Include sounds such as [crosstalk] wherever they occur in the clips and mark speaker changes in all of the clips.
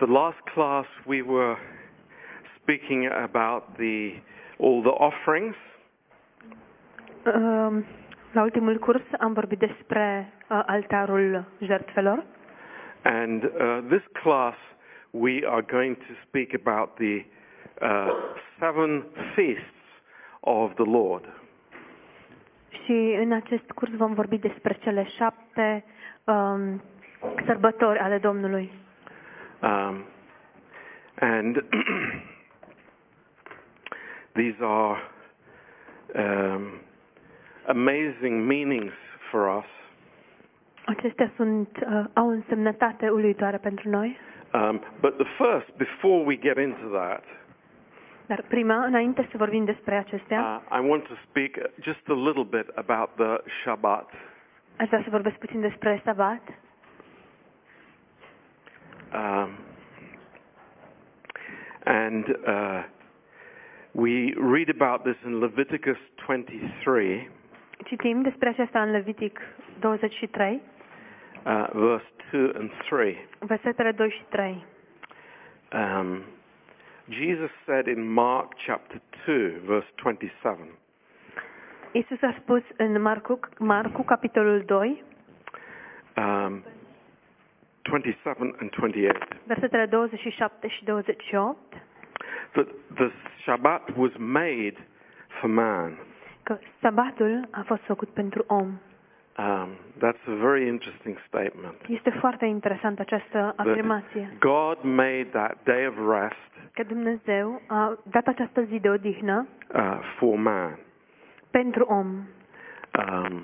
Speaker 1: The last class we were speaking about the all the offerings
Speaker 2: Um, La ultimul curs am vorbit despre uh, altarul jertfelor
Speaker 1: and uh, this class we are going to speak about the uh, seven feasts of the Lord.
Speaker 2: și în acest curs vom vorbi despre cele șapte um, sărbători ale Domnului.
Speaker 1: Um, and [clears throat] these are um, amazing meanings for us.
Speaker 2: Acestea sunt, uh, au însemnătate uluitoare pentru noi,
Speaker 1: Um, but the first, before we get into that,
Speaker 2: dar prima, înainte să vorbim despre acestea,
Speaker 1: uh, I want to speak just a little bit about the Shabbat.
Speaker 2: aș vrea să vorbesc puțin despre sabat.
Speaker 1: Um, and uh, we read about this in Leviticus 23,
Speaker 2: Citim despre aceasta în Levitic 23,
Speaker 1: uh, verse 2 and 3.
Speaker 2: versetele 2 și 3.
Speaker 1: Um, Jesus said in Mark chapter 2, verse 27,
Speaker 2: Iisus a spus în Marcu, Marcu capitolul 2,
Speaker 1: um, 27 and 28,
Speaker 2: versetele 27 și 28,
Speaker 1: that the Shabbat was made for man.
Speaker 2: că sabatul a fost făcut pentru om.
Speaker 1: Um, that's a very interesting statement.
Speaker 2: Este foarte interesant această afirmație,
Speaker 1: That God made that day of rest
Speaker 2: că Dumnezeu a dat această zi de odihnă
Speaker 1: uh, for man.
Speaker 2: pentru om.
Speaker 1: Um,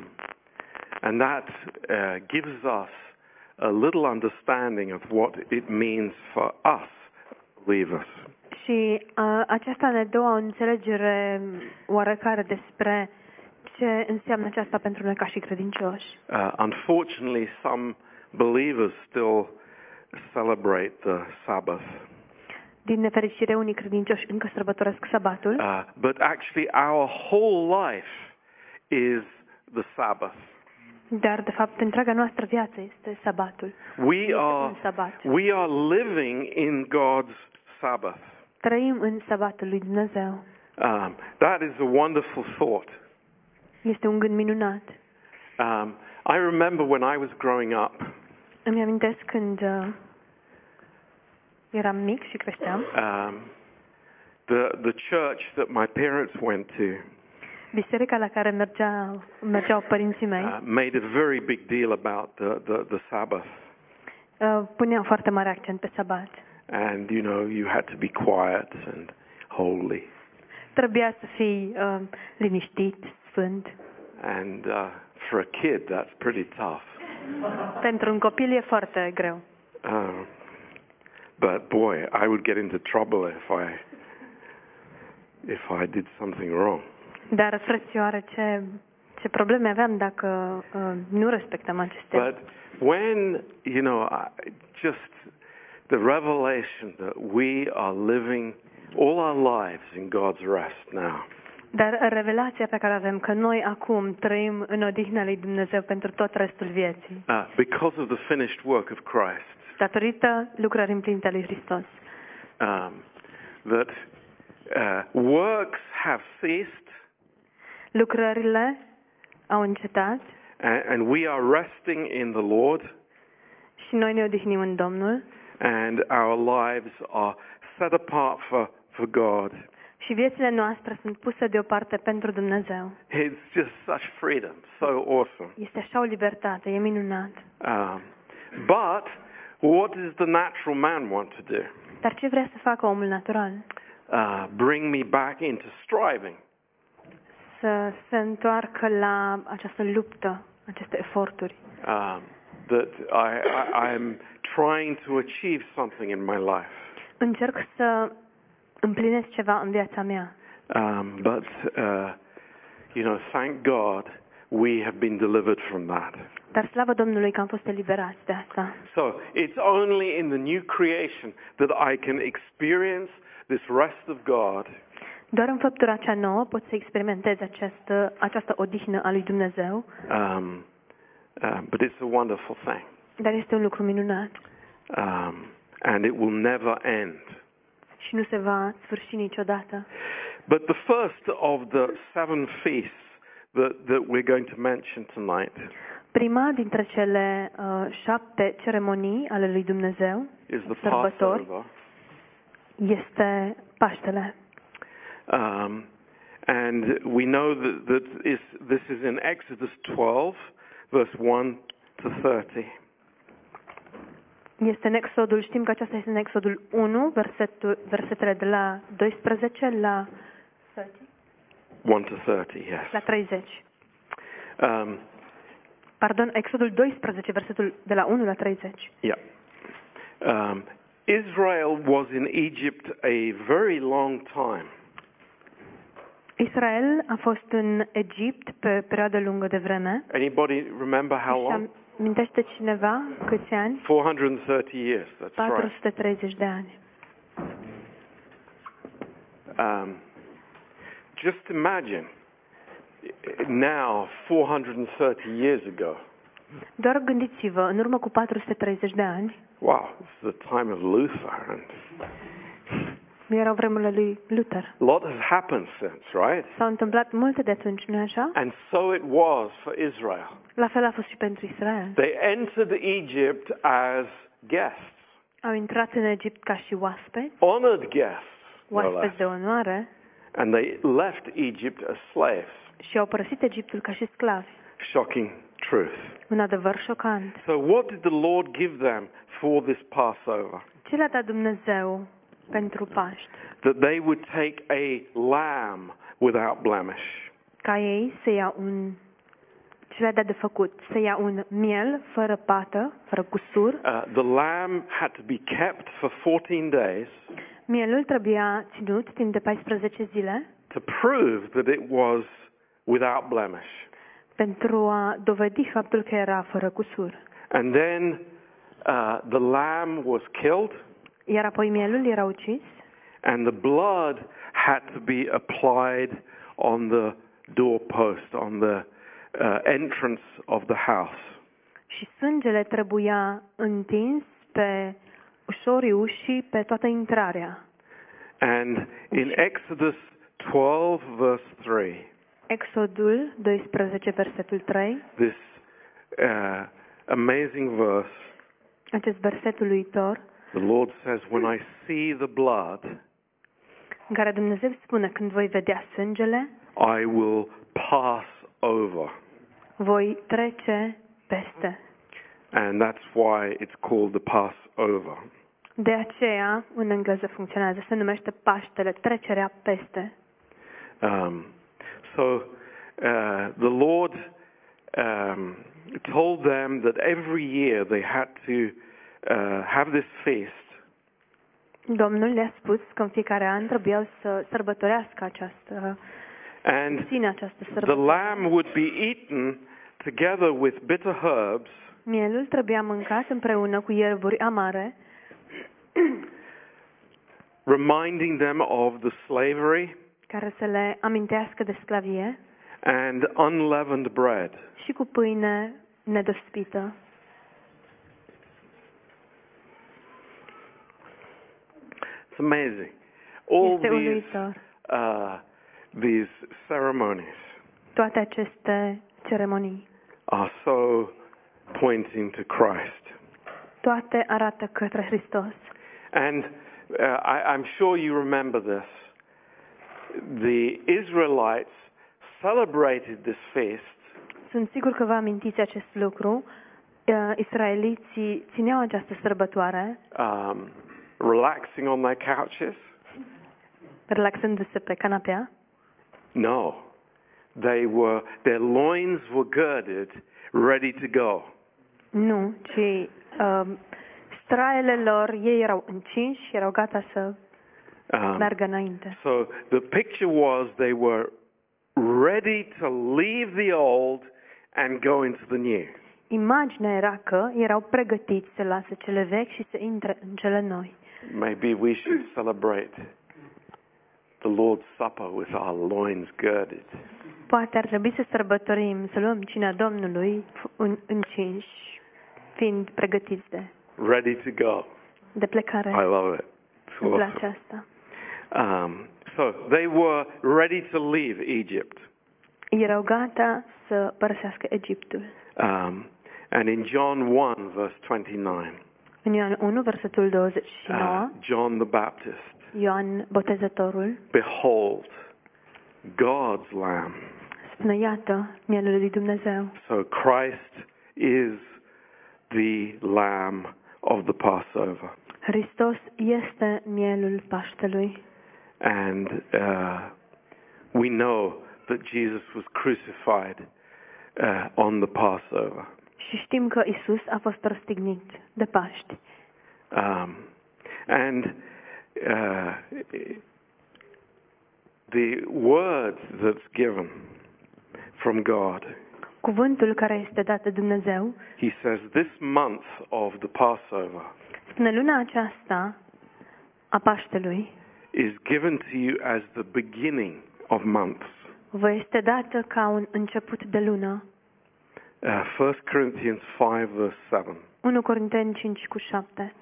Speaker 1: and that uh, gives us a little understanding of what it means for us believers.
Speaker 2: Și a, aceasta ne dă o înțelegere oarecare despre ce înseamnă aceasta pentru noi ca și credincioși.
Speaker 1: Uh, unfortunately, some believers still celebrate the Sabbath.
Speaker 2: Din nefericire, unii credincioși încă sărbătoresc sabatul,
Speaker 1: Uh, but actually, our whole life is the Sabbath.
Speaker 2: dar, de fapt, întreaga noastră viață este sabatul.
Speaker 1: We
Speaker 2: Este
Speaker 1: are,
Speaker 2: un sabat.
Speaker 1: we are living in God's Sabbath.
Speaker 2: Trăim în sabatul lui Dumnezeu.
Speaker 1: Um, that is a wonderful thought.
Speaker 2: Este un gând minunat.
Speaker 1: Um, I remember when I was growing up,
Speaker 2: Îmi amintesc când uh, eram mic și creșteam,
Speaker 1: um, the the church that my parents went to
Speaker 2: biserica la care mergea, mergeau părinții mei
Speaker 1: uh, made a very big deal about the, the, the Sabbath,
Speaker 2: uh, punea foarte mare accent pe sabat.
Speaker 1: and you know you had to be quiet and holy,
Speaker 2: Trebuia să fii uh, liniștit, sfânt.
Speaker 1: and uh, for a kid that's pretty tough.
Speaker 2: Pentru un copil e foarte greu.
Speaker 1: Um, but boy, I would get into trouble if I if I did something wrong.
Speaker 2: Dar frățioare, ce, ce probleme aveam dacă uh, nu respectam acestea.
Speaker 1: But when, you know, I, just the revelation that we are living all our lives in God's rest now,
Speaker 2: Dar revelația pe care o avem că noi acum trăim în odihna lui Dumnezeu pentru tot restul vieții,
Speaker 1: uh, because of the finished work of Christ,
Speaker 2: datorită lucrării împlinite a lui Hristos.
Speaker 1: um, that uh, works have ceased
Speaker 2: Lucrările au încetat
Speaker 1: and, and we are resting in the Lord
Speaker 2: și noi ne odihnim în Domnul
Speaker 1: and our lives are set apart for, for God.
Speaker 2: și viețile noastre sunt puse deoparte pentru Dumnezeu.
Speaker 1: It's just such freedom, so awesome.
Speaker 2: Este așa o libertate, e minunat.
Speaker 1: Um, but what does the natural man want to do?
Speaker 2: Dar ce vrea să facă omul natural?
Speaker 1: Uh, bring me back into striving.
Speaker 2: Să se întoarcă la această luptă, aceste eforturi.
Speaker 1: Um, that I, I, I'm trying to achieve something in my life.
Speaker 2: Încerc să împlinesc ceva în viața mea.
Speaker 1: Um, but, uh, you know, thank God we have been delivered from that.
Speaker 2: Dar slavă Domnului că am fost eliberați de asta.
Speaker 1: So it's only in the new creation that I can experience this rest of God
Speaker 2: Doar în făptura cea nouă pot să experimentez această, această odihnă a lui Dumnezeu,
Speaker 1: Um, uh, but it's a wonderful thing.
Speaker 2: dar este un lucru minunat.
Speaker 1: Um, and it will never end.
Speaker 2: și nu se va sfârși niciodată.
Speaker 1: But the first of the seven feasts that, that we're going to mention tonight
Speaker 2: Prima dintre cele uh, șapte ceremonii ale lui Dumnezeu
Speaker 1: is the
Speaker 2: Sărbători.
Speaker 1: Passover.
Speaker 2: este Paștele.
Speaker 1: Um, and we know that, that is, this is in Exodus 12, verse 1 to 30.
Speaker 2: Este în Exodul, știm că aceasta este în Exodul 1, versetul, versetele de la 12 la,
Speaker 1: 1 to 30,
Speaker 2: la
Speaker 1: yes.
Speaker 2: 30.
Speaker 1: Um,
Speaker 2: Pardon, Exodul 12, versetul de la 1 la 30.
Speaker 1: yeah. Um, Israel was in Egypt a very long time.
Speaker 2: Israel a fost în Egipt pe perioadă lungă de vreme.
Speaker 1: Anybody remember how long?
Speaker 2: Și amintește cineva câți ani?
Speaker 1: 430 years, that's right.
Speaker 2: 430 de ani.
Speaker 1: Um, just imagine now, 430 years ago.
Speaker 2: Doar gândiți-vă, în urmă cu 430 de ani,
Speaker 1: Wow, it's the time of Luther, and
Speaker 2: erau vremurile lui Luther.
Speaker 1: a lot has happened since, right?
Speaker 2: S-au întâmplat multe de atunci, nu așa?
Speaker 1: And so it was for Israel.
Speaker 2: La fel a fost și pentru Israel.
Speaker 1: They entered Egypt as guests,
Speaker 2: Au intrat în Egipt ca și oaspeți,
Speaker 1: honored guests, no less.
Speaker 2: oaspeți de onoare,
Speaker 1: and they left Egypt as slaves.
Speaker 2: și au părăsit Egiptul ca și sclavi.
Speaker 1: Shocking truth.
Speaker 2: Un adevăr șocant.
Speaker 1: So what did the Lord give them for this Passover?
Speaker 2: Ce le-a dat Dumnezeu pentru Paști?
Speaker 1: that they would take a lamb without blemish.
Speaker 2: Ca ei să ia un... Ce le-a dat de făcut? Să ia un miel fără pată, fără cusur.
Speaker 1: Uh, the lamb had to be kept for 14 days
Speaker 2: Mielul trebuia ținut timp de 14 zile
Speaker 1: to prove that it was without blemish.
Speaker 2: pentru a dovedi faptul că era fără cusur.
Speaker 1: And then uh, the lamb was killed
Speaker 2: Iar apoi mielul era ucis
Speaker 1: and the blood had to be applied on the doorpost, on the uh, entrance of the house.
Speaker 2: și sângele trebuia întins pe ușorii ușii, pe toată intrarea.
Speaker 1: And in Exodus 12 verse 3,
Speaker 2: Exodul 12, versetul 3,
Speaker 1: this uh, amazing verse.
Speaker 2: acest verset uluitor,
Speaker 1: The Lord says, When I see the blood,
Speaker 2: în care Dumnezeu spune, când voi vedea sângele,
Speaker 1: I will pass over.
Speaker 2: voi trece peste.
Speaker 1: And that's why it's called the Passover.
Speaker 2: De aceea, în engleză funcționează, se numește Paștele, trecerea peste.
Speaker 1: Um, so uh, the Lord um, told them that every year they had to uh, have this feast
Speaker 2: Domnul le-a spus că în fiecare an trebuiau să sărbătorească această,
Speaker 1: and
Speaker 2: ține această
Speaker 1: the
Speaker 2: sărbătoare.
Speaker 1: lamb would be eaten together with bitter herbs
Speaker 2: Mielul trebuia mâncat împreună cu ierburi amare, [clears throat]
Speaker 1: reminding them of the slavery
Speaker 2: care să le amintească de sclavie,
Speaker 1: and unleavened bread.
Speaker 2: și cu pâine nedospită.
Speaker 1: It's amazing. All
Speaker 2: este
Speaker 1: these
Speaker 2: uluitor.
Speaker 1: uh, these ceremonies
Speaker 2: Toate aceste ceremonii,
Speaker 1: are so pointing to Christ,
Speaker 2: toate arată către Hristos.
Speaker 1: and uh, I, I'm sure you remember this. The Israelites celebrated this feast
Speaker 2: Sunt sigur că vă amintiți acest lucru. Eh, Israeliții țineau această sărbătoare,
Speaker 1: um, relaxing on their couches.
Speaker 2: relaxându-se pe canapea.
Speaker 1: No, they were their loins were girded, ready to go.
Speaker 2: Nu, ci um, straiele lor, ei erau încinși și erau gata să
Speaker 1: Um,
Speaker 2: meargă înainte.
Speaker 1: So the picture was they were ready to leave the old and go into the new.
Speaker 2: Imaginea era că erau pregătiți să lasă cele vechi și să intre în cele noi.
Speaker 1: Maybe we should celebrate the Lord's Supper with our loins girded.
Speaker 2: Poate ar trebui să sărbătorim, să luăm cina Domnului f- în, încinși, fiind pregătiți de,
Speaker 1: Ready to go.
Speaker 2: de plecare.
Speaker 1: I love it. It's
Speaker 2: Îmi
Speaker 1: awesome.
Speaker 2: place asta.
Speaker 1: Um, so they were ready to leave Egypt
Speaker 2: Erau gata să părăsească Egiptul.
Speaker 1: um, and in John 1 verse 29
Speaker 2: În Ioan 1, versetul
Speaker 1: uh,
Speaker 2: 29,
Speaker 1: John the Baptist
Speaker 2: Ioan Botezătorul
Speaker 1: Behold, God's Lamb.
Speaker 2: spune, iată, mielul lui Dumnezeu.
Speaker 1: So Christ is the Lamb of the Passover.
Speaker 2: Hristos este mielul Paștelui.
Speaker 1: And uh, we know that Jesus was crucified uh, on the Passover.
Speaker 2: Și știm că Isus a fost răstignit de Paști.
Speaker 1: Um, and uh, the word that's given from God,
Speaker 2: Cuvântul care este dat de Dumnezeu
Speaker 1: he says, this month of the Passover,
Speaker 2: spune luna aceasta a Paștelui
Speaker 1: is given to you as the beginning of months.
Speaker 2: vă este dată ca un început de lună.
Speaker 1: Uh, 1 Corinthians 5, verse 7.
Speaker 2: 1 Corinteni 5 cu 7.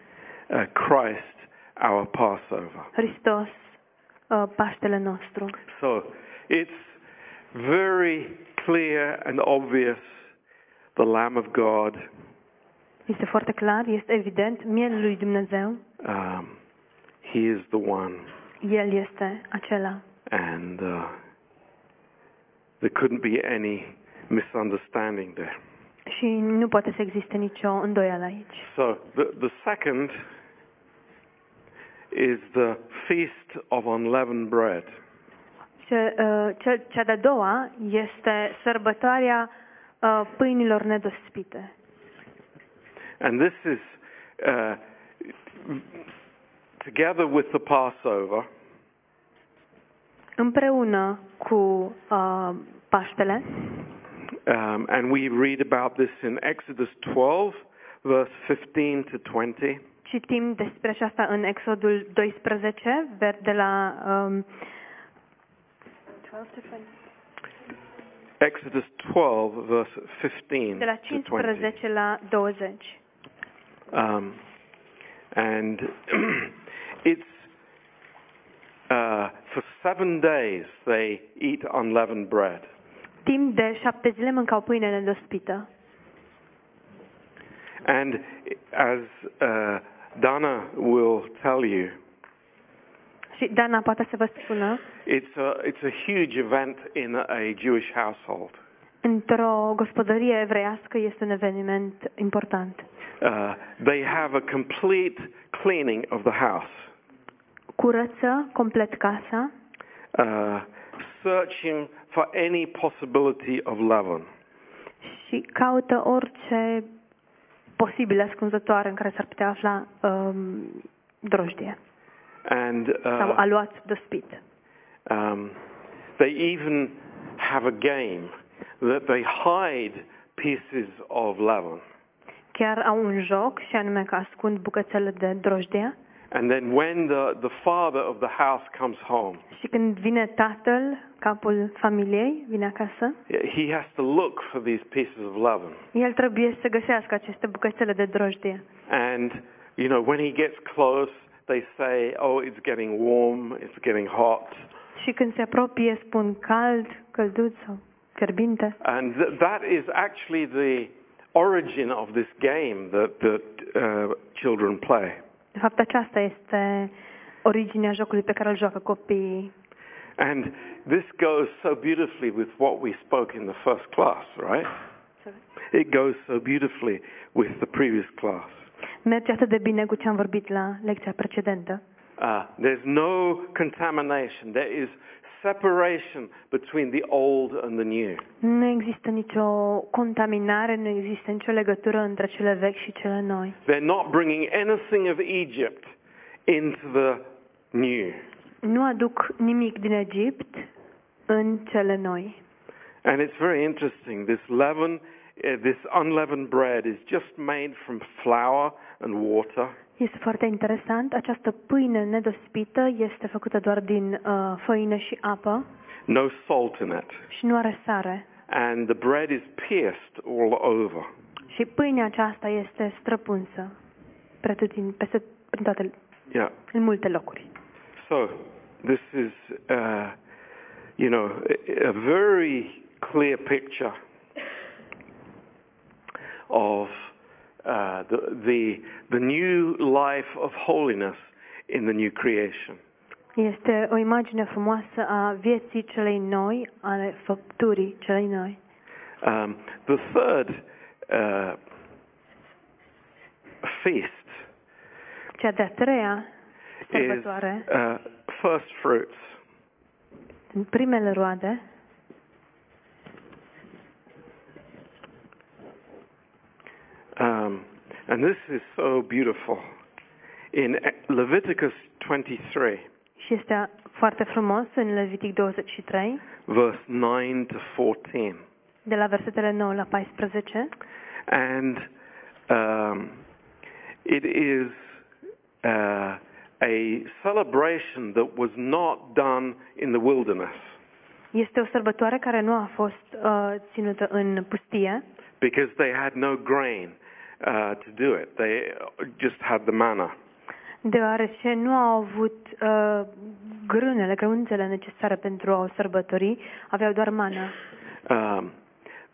Speaker 1: Uh, Christ, our Passover.
Speaker 2: Hristos, uh, Paștele nostru.
Speaker 1: So it's very clear and obvious the Lamb of God.
Speaker 2: Este foarte clar, este evident, mielul lui Dumnezeu,
Speaker 1: Um, he is the one.
Speaker 2: El este acela.
Speaker 1: And uh, there couldn't be any misunderstanding there.
Speaker 2: Și nu poate să existe nicio îndoială aici.
Speaker 1: So the, the second is the Feast of Unleavened Bread.
Speaker 2: Ce, uh, ce, cea de-a doua este sărbătoarea uh, pâinilor nedospite.
Speaker 1: And this is uh, together with the Passover,
Speaker 2: Împreună cu uh, Paștele,
Speaker 1: um, and we read about this in Exodus 12, verse 15 to 20.
Speaker 2: citim despre aceasta în Exodul 12, ver- de la um,
Speaker 1: Exodus 12, verse 15
Speaker 2: de la
Speaker 1: to 20.
Speaker 2: 15 la 20.
Speaker 1: Um, and [clears throat] it's uh, for seven days they eat unleavened bread.
Speaker 2: Timp de șapte zile mâncau pâine nedospită.
Speaker 1: And as uh, Dana will tell you,
Speaker 2: Și Dana poate să vă spună,
Speaker 1: It's a, it's a huge event in a Jewish household.
Speaker 2: într-o gospodărie evreiască este un eveniment important.
Speaker 1: Uh, they have a complete cleaning of the house,
Speaker 2: Curăță complet casa,
Speaker 1: uh, searching for any possibility of leaven.
Speaker 2: și caută orice posibilă ascunzătoare în care s-ar putea afla um, drojdie
Speaker 1: And
Speaker 2: sau
Speaker 1: uh,
Speaker 2: aluat dospit.
Speaker 1: um, they even have a game that they hide pieces of leaven.
Speaker 2: Chiar au un joc și anume că ascund bucățele de drojdie
Speaker 1: And then when the, the father of the house comes home,
Speaker 2: și când vine tatăl, capul familiei, vine acasă,
Speaker 1: he has to look for these pieces of leaven.
Speaker 2: el trebuie să găsească aceste bucățele de drojdie.
Speaker 1: And, you know, when he gets close, they say, oh, it's getting warm, it's getting hot.
Speaker 2: Și când se apropie spun cald, călduț sau fierbinte.
Speaker 1: And th- that is actually the origin of this game that, that uh, children play.
Speaker 2: De fapt aceasta este originea jocului pe care îl joacă copiii
Speaker 1: And this goes so beautifully with what we spoke in the first class, right?
Speaker 2: Sorry.
Speaker 1: It goes so beautifully with the previous class.
Speaker 2: Merge atât de bine cu ce am vorbit la lecția precedentă.
Speaker 1: Uh, there's no contamination. There is separation between the old and the new.
Speaker 2: Nu există nicio contaminare, nu există nicio legătură între cele vechi și cele noi.
Speaker 1: They're not bringing anything of Egypt into the new.
Speaker 2: Nu aduc nimic din Egipt în cele noi.
Speaker 1: And it's very interesting. This leaven, uh, this unleavened bread is just made from flour and water.
Speaker 2: Este foarte interesant, această pâine nedospită este făcută doar din uh, făină și apă
Speaker 1: No salt in it.
Speaker 2: și nu are sare.
Speaker 1: And the bread is pierced all over.
Speaker 2: Și pâinea aceasta este străpunsă pretutine, peste în, toate,
Speaker 1: Yeah.
Speaker 2: în multe locuri.
Speaker 1: So this is, uh, you know, a a very clear picture of uh, the, the the new life of holiness in the new creation.
Speaker 2: Este o imagine frumoasă a vieții celei noi, ale făpturii celei noi.
Speaker 1: Um, the third uh, feast
Speaker 2: Cea de-a treia
Speaker 1: is
Speaker 2: sărbătoare,
Speaker 1: uh, first fruits.
Speaker 2: în primele roade,
Speaker 1: Um, and this is so beautiful. In E, Leviticus 23,
Speaker 2: și este foarte frumos în Levitic 23,
Speaker 1: verse 9 to 14.
Speaker 2: de la versetele 9 la 14,
Speaker 1: And um, it is uh, a celebration that was not done in the wilderness
Speaker 2: este o sărbătoare care nu a fost uh, ținută în pustie,
Speaker 1: because they had no grain uh, to do it. They just had the manna.
Speaker 2: deoarece nu au avut uh, grânele, grăunțele necesare pentru a o sărbători, aveau doar mana.
Speaker 1: Um,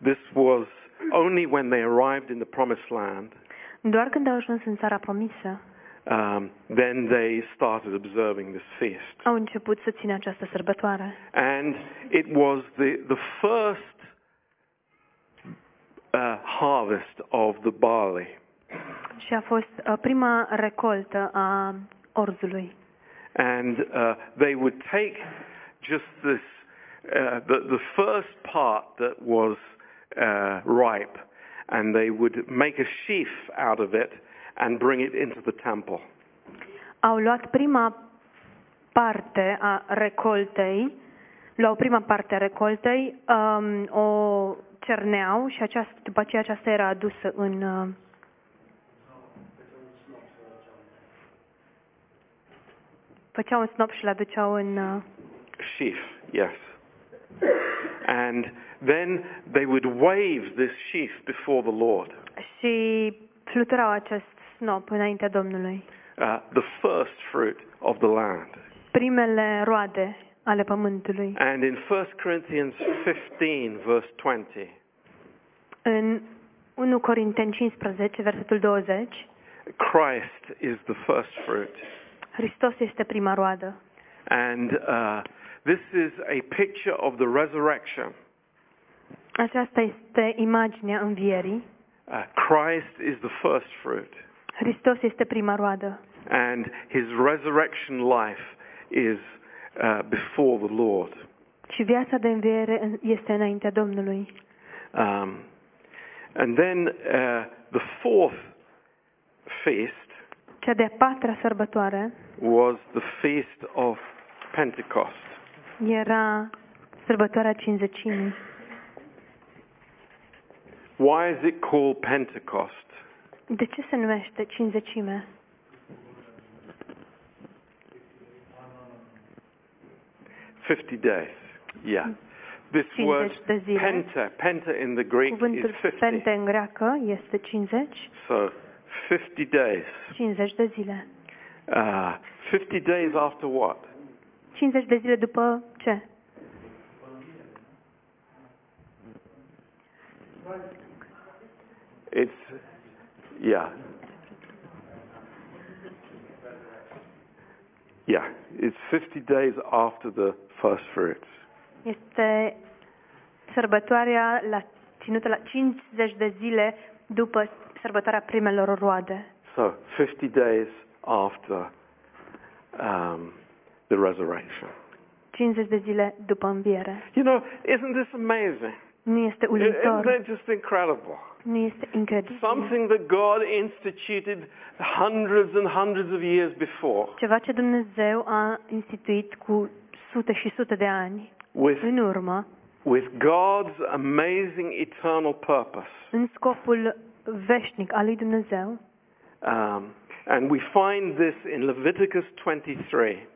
Speaker 1: this was only when they arrived in the promised land.
Speaker 2: Doar când au ajuns în țara promisă,
Speaker 1: Um, then they started observing this feast.
Speaker 2: au început să țină această sărbătoare.
Speaker 1: And it was the, the first uh, harvest of the barley.
Speaker 2: Și a fost uh, prima recoltă a orzului.
Speaker 1: And uh, they would take just this, uh, the, the first part that was uh, ripe, and they would make a sheaf out of it and bring it into the temple.
Speaker 2: Au luat prima parte a recoltei, luau prima parte a recoltei, um, o cerneau și aceasta, după aceea aceasta era adusă în... Uh, făceau un snop și l aduceau în... Uh,
Speaker 1: Sheaf, yes. And then they would wave this sheaf before the Lord.
Speaker 2: și fluturau acest snop înaintea Domnului.
Speaker 1: uh, the first fruit of the land.
Speaker 2: Primele roade ale pământului.
Speaker 1: And in 1 Corinthians 15, verse 20,
Speaker 2: În 1 Corinteni 15, versetul 20,
Speaker 1: Christ is the first fruit.
Speaker 2: Hristos este prima roadă.
Speaker 1: And uh, this is a picture of the resurrection.
Speaker 2: Aceasta este imaginea învierii.
Speaker 1: Uh, Christ is the first fruit.
Speaker 2: Hristos este prima roadă
Speaker 1: And his resurrection life is uh, before the Lord.
Speaker 2: și viața de înviere în- este înaintea Domnului.
Speaker 1: Um, and then uh, the fourth feast
Speaker 2: Cea de-a patra sărbătoare
Speaker 1: was the feast of Pentecost.
Speaker 2: era sărbătoarea cinzecimii.
Speaker 1: Why is it called Pentecost?
Speaker 2: De ce se numește cinzecime?
Speaker 1: Fifty days. Yeah. This
Speaker 2: 50
Speaker 1: word
Speaker 2: de zile.
Speaker 1: penta, penta in the Greek is
Speaker 2: Cuvântul
Speaker 1: fifty.
Speaker 2: fente în greacă este 50,
Speaker 1: So fifty days.
Speaker 2: 50 de zile.
Speaker 1: Uh, fifty days after what?
Speaker 2: 50 de zile după ce?
Speaker 1: It's yeah. Yeah, it's 50 days after the first fruits.
Speaker 2: Este sărbătoarea la, ținută la 50 de zile după sărbătoarea primelor roade.
Speaker 1: So 50 days after um, the resurrection.
Speaker 2: 50 de zile după înviere.
Speaker 1: You know, isn't this amazing?
Speaker 2: Nu este
Speaker 1: Isn't
Speaker 2: uluitor,
Speaker 1: that just incredible?
Speaker 2: nu este incredibil.
Speaker 1: Something that God instituted hundreds and hundreds of years before
Speaker 2: Ceva ce Dumnezeu a instituit cu sute și sute de ani
Speaker 1: with,
Speaker 2: în urmă,
Speaker 1: with God's amazing eternal purpose.
Speaker 2: în scopul veșnic al lui Dumnezeu.
Speaker 1: Um, and we find this in Leviticus 23,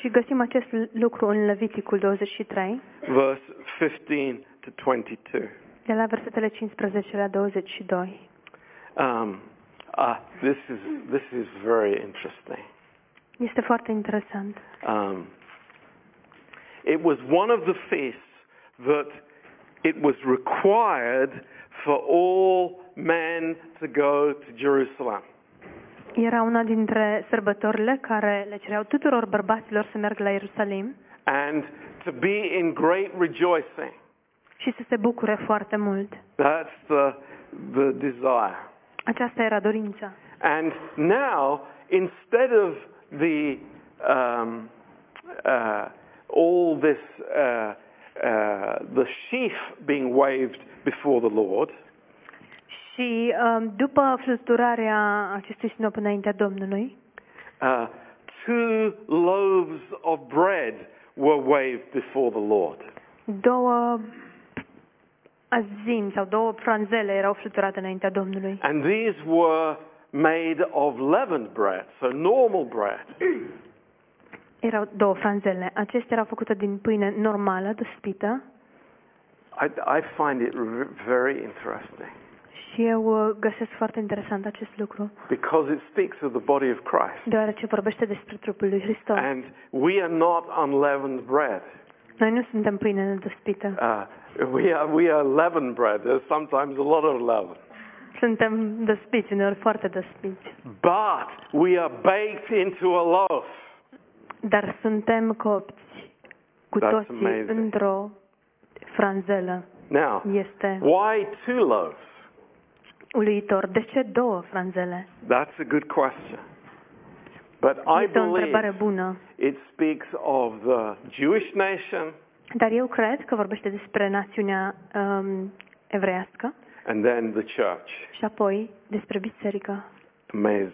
Speaker 2: Și găsim acest lucru în Leviticul 23,
Speaker 1: verse 15 to 22.
Speaker 2: de la versetele 15 la 22.
Speaker 1: Um, Ah, this is this is very interesting.
Speaker 2: Este foarte interesant.
Speaker 1: Um, it was one of the feasts that it was required for all men to go to Jerusalem.
Speaker 2: Era una dintre sărbătorile care le cereau tuturor bărbaților să meargă la Ierusalim
Speaker 1: and to be in great rejoicing.
Speaker 2: și să se bucure foarte mult.
Speaker 1: That's the, the desire.
Speaker 2: Aceasta era dorința.
Speaker 1: And now, instead of the um, uh, all this uh, uh, the sheaf being waved before the Lord,
Speaker 2: Și um, după fluturarea acestui sinop înaintea Domnului,
Speaker 1: uh, two loaves of bread were waved before the Lord.
Speaker 2: două azim sau două franzele erau fluturate înaintea Domnului.
Speaker 1: And these were made of leavened bread, so normal bread.
Speaker 2: Erau două franzele. Acestea erau făcute din pâine normală, dăspită.
Speaker 1: I, I find it r- very interesting
Speaker 2: Și eu uh, găsesc foarte interesant acest lucru,
Speaker 1: because it speaks of the body of Christ.
Speaker 2: deoarece vorbește despre trupul lui Hristos.
Speaker 1: And we are not unleavened bread.
Speaker 2: Noi nu suntem pâine nedăspită.
Speaker 1: Uh, we are we are leaven bread. There's sometimes a lot of leaven,
Speaker 2: Suntem dăspiți, uneori foarte dăspiți.
Speaker 1: but we are baked into a loaf.
Speaker 2: Dar suntem copți cu
Speaker 1: That's
Speaker 2: toții
Speaker 1: amazing.
Speaker 2: într-o franzelă.
Speaker 1: Now,
Speaker 2: Este
Speaker 1: why two loaves?
Speaker 2: uluitor. De ce două franzele?
Speaker 1: That's a good question. But I
Speaker 2: este o
Speaker 1: believe
Speaker 2: întrebare bună.
Speaker 1: it speaks of the Jewish nation
Speaker 2: Dar eu cred că vorbește despre națiunea um, evreiască
Speaker 1: and then the church.
Speaker 2: și apoi despre biserică.
Speaker 1: Amazing.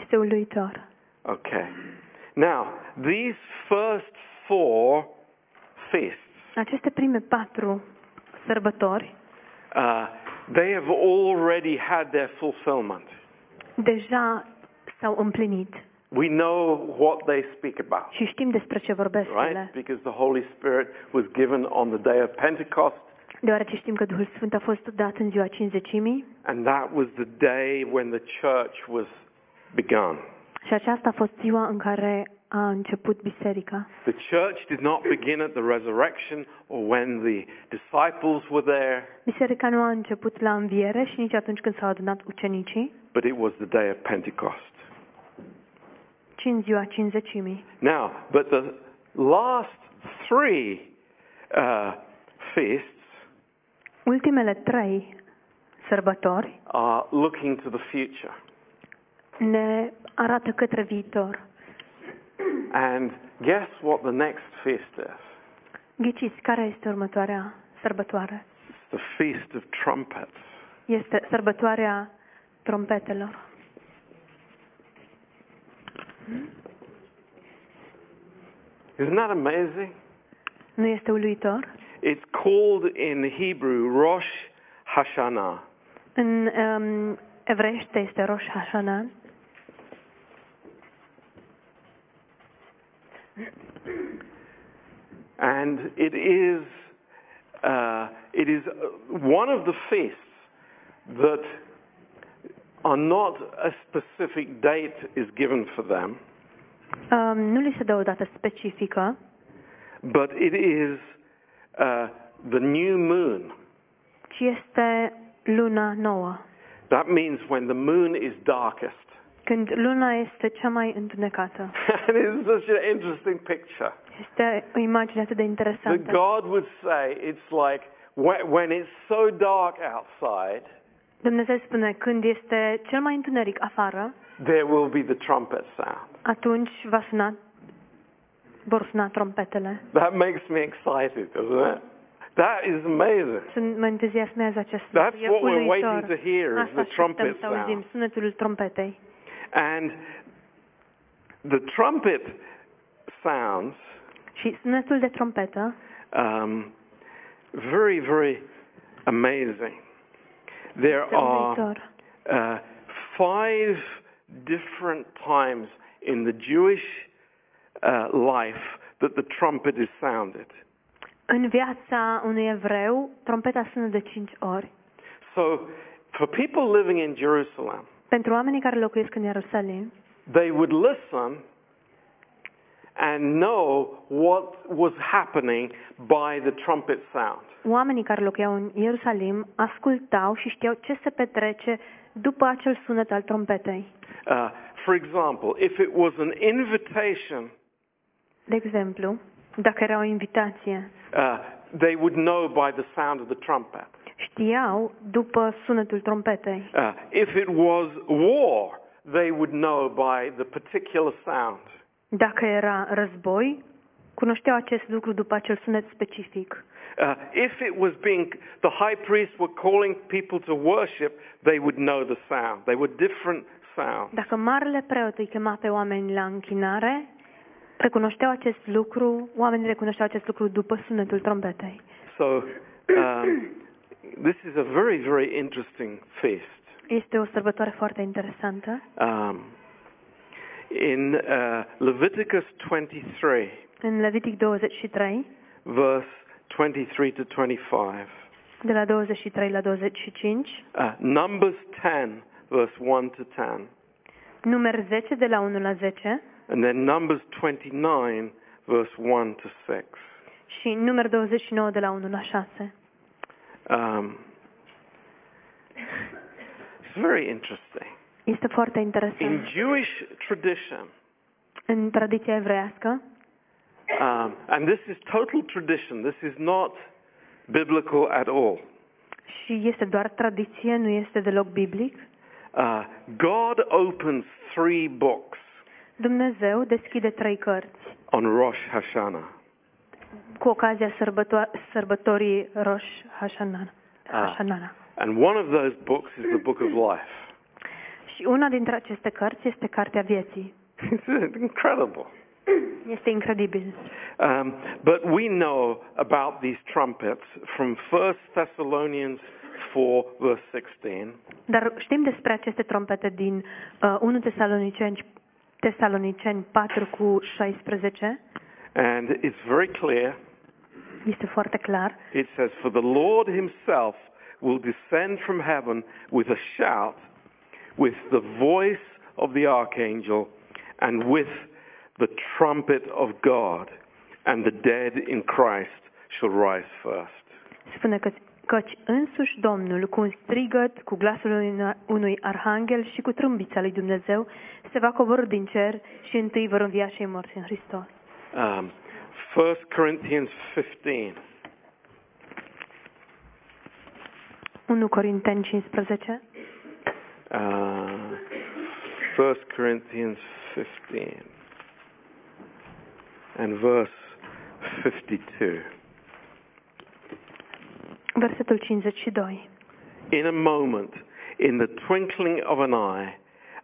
Speaker 2: Este uluitor.
Speaker 1: Okay. Now, these first four feasts
Speaker 2: Aceste prime patru sărbători
Speaker 1: Uh, they have already had their fulfillment.
Speaker 2: deja s-au împlinit
Speaker 1: We know what they speak about,
Speaker 2: și știm despre ce vorbesc
Speaker 1: right?
Speaker 2: ele,
Speaker 1: Because the Holy Spirit was given on the day of Pentecost,
Speaker 2: deoarece știm că Duhul Sfânt a fost dat în ziua cinzecimii
Speaker 1: and that was the day when the church was begun.
Speaker 2: și aceasta a fost ziua în care a început biserica.
Speaker 1: The church did not begin at the resurrection or when the disciples were there,
Speaker 2: Biserica nu a început la înviere și nici atunci când s-au adunat ucenicii,
Speaker 1: but it was the day of Pentecost.
Speaker 2: ci în ziua cinzecimii.
Speaker 1: Now, but the last three uh, feasts
Speaker 2: Ultimele trei sărbători
Speaker 1: are looking to the future.
Speaker 2: ne arată către viitor.
Speaker 1: And guess what the next feast is?
Speaker 2: Ghiciți, care este următoarea sărbătoare?
Speaker 1: It's the Feast of Trumpets.
Speaker 2: Este sărbătoarea trompetelor.
Speaker 1: Isn't that amazing?
Speaker 2: Nu este uluitor?
Speaker 1: It's called in Hebrew Rosh Hashanah.
Speaker 2: În um, evrește este Rosh Hashanah.
Speaker 1: And it is, uh, it is uh, one of the feasts that are not a specific date is given for them,
Speaker 2: Um, nu li se dă o dată specifică,
Speaker 1: but it is uh, the new moon.
Speaker 2: ci este luna nouă,
Speaker 1: That means when the moon is darkest.
Speaker 2: când luna este cea mai întunecată.
Speaker 1: [laughs] and it's such an interesting picture.
Speaker 2: Este o imagine atât de
Speaker 1: that
Speaker 2: interesantă.
Speaker 1: God would say it's like when, when it's so dark outside,
Speaker 2: Dumnezeu spune, când este cel mai întuneric afară,
Speaker 1: there will be the trumpet sound.
Speaker 2: atunci va suna, vor suna trompetele.
Speaker 1: That makes me excited, doesn't it? That is amazing.
Speaker 2: Sunt, mă entuziasmează acest
Speaker 1: That's
Speaker 2: lucru. E
Speaker 1: what we're
Speaker 2: uluitor.
Speaker 1: waiting to hear is
Speaker 2: Asta
Speaker 1: the trumpet
Speaker 2: așteptăm să auzim
Speaker 1: sound.
Speaker 2: sunetul trompetei.
Speaker 1: And the trumpet sounds
Speaker 2: Și sunetul de trompetă
Speaker 1: um, very, very amazing. There
Speaker 2: este
Speaker 1: are
Speaker 2: uluitor.
Speaker 1: uh, five different times in the Jewish uh, life that the trumpet is sounded.
Speaker 2: În viața unui evreu, trompeta sună de cinci ori.
Speaker 1: So, for people living in Jerusalem,
Speaker 2: pentru oamenii care locuiesc în Ierusalim,
Speaker 1: they would listen and know what was happening by the trumpet sound.
Speaker 2: oamenii care locuiau în Ierusalim ascultau și știau ce se petrece după acel sunet al trompetei.
Speaker 1: Uh, for example, if it was an invitation,
Speaker 2: De exemplu, dacă era o invitație,
Speaker 1: uh, they would know by the sound of the trumpet.
Speaker 2: știau după sunetul trompetei.
Speaker 1: Uh, if it was war, they would know by the particular sound.
Speaker 2: Dacă era război, cunoșteau acest lucru după acel sunet specific.
Speaker 1: Uh, if it was being, the high priests were calling people to worship, they would know the sound. They were different sounds.
Speaker 2: Dacă marele preot îi chema pe oameni la închinare, recunoșteau acest lucru, oamenii recunoșteau acest lucru după sunetul trompetei.
Speaker 1: So um, [coughs] this is a very, very interesting feast.
Speaker 2: Este o sărbătoare foarte interesantă.
Speaker 1: Um, in uh, Leviticus 23,
Speaker 2: În Levitic 23,
Speaker 1: verse 23 to 25,
Speaker 2: de la 23 la 25,
Speaker 1: uh, Numbers 10, verse 1 to 10,
Speaker 2: număr 10 de la 1 la 10
Speaker 1: and then Numbers 29, verse 1 to 6.
Speaker 2: și număr 29 de la 1 la 6.
Speaker 1: Um, it's very interesting.
Speaker 2: Este foarte
Speaker 1: In
Speaker 2: interesant.
Speaker 1: Jewish tradition,
Speaker 2: În tradiția evreiască,
Speaker 1: Um, and this is total tradition. This is not biblical at all.
Speaker 2: și este doar tradiție, nu este deloc biblic,
Speaker 1: Uh, God opens three books
Speaker 2: Dumnezeu deschide trei cărți
Speaker 1: on Rosh Hashanah.
Speaker 2: cu ocazia sărbăto- sărbătorii Rosh Hashanah.
Speaker 1: Ah.
Speaker 2: Hashanah.
Speaker 1: And one of those books is the Book of Life. [laughs]
Speaker 2: Și una dintre aceste cărți este Cartea Vieții.
Speaker 1: It's incredible.
Speaker 2: Este incredibil.
Speaker 1: Um, but we know about these trumpets from 1 Thessalonians 4, verse 16,
Speaker 2: Dar știm despre aceste trompete din uh, 1 Tesaloniceni, Tesaloniceni 4 cu 16.
Speaker 1: and it's very clear.
Speaker 2: Este foarte clar.
Speaker 1: It says, For the Lord himself will descend from heaven with a shout, with the voice of the archangel, and with the trumpet of God, and the dead in Christ shall rise first.
Speaker 2: Spune că, căci însuși Domnul, cu un strigăt, cu glasul unui- unui arhanghel și cu trâmbița lui Dumnezeu, se va coborî din cer și întâi vor învia cei morți în Hristos.
Speaker 1: Um, 1 Corinthians 15,
Speaker 2: 1 Corinteni 15,
Speaker 1: uh, 1 Corinthians 15, and verse 52.
Speaker 2: versetul 52.
Speaker 1: In a moment, in the twinkling of an eye,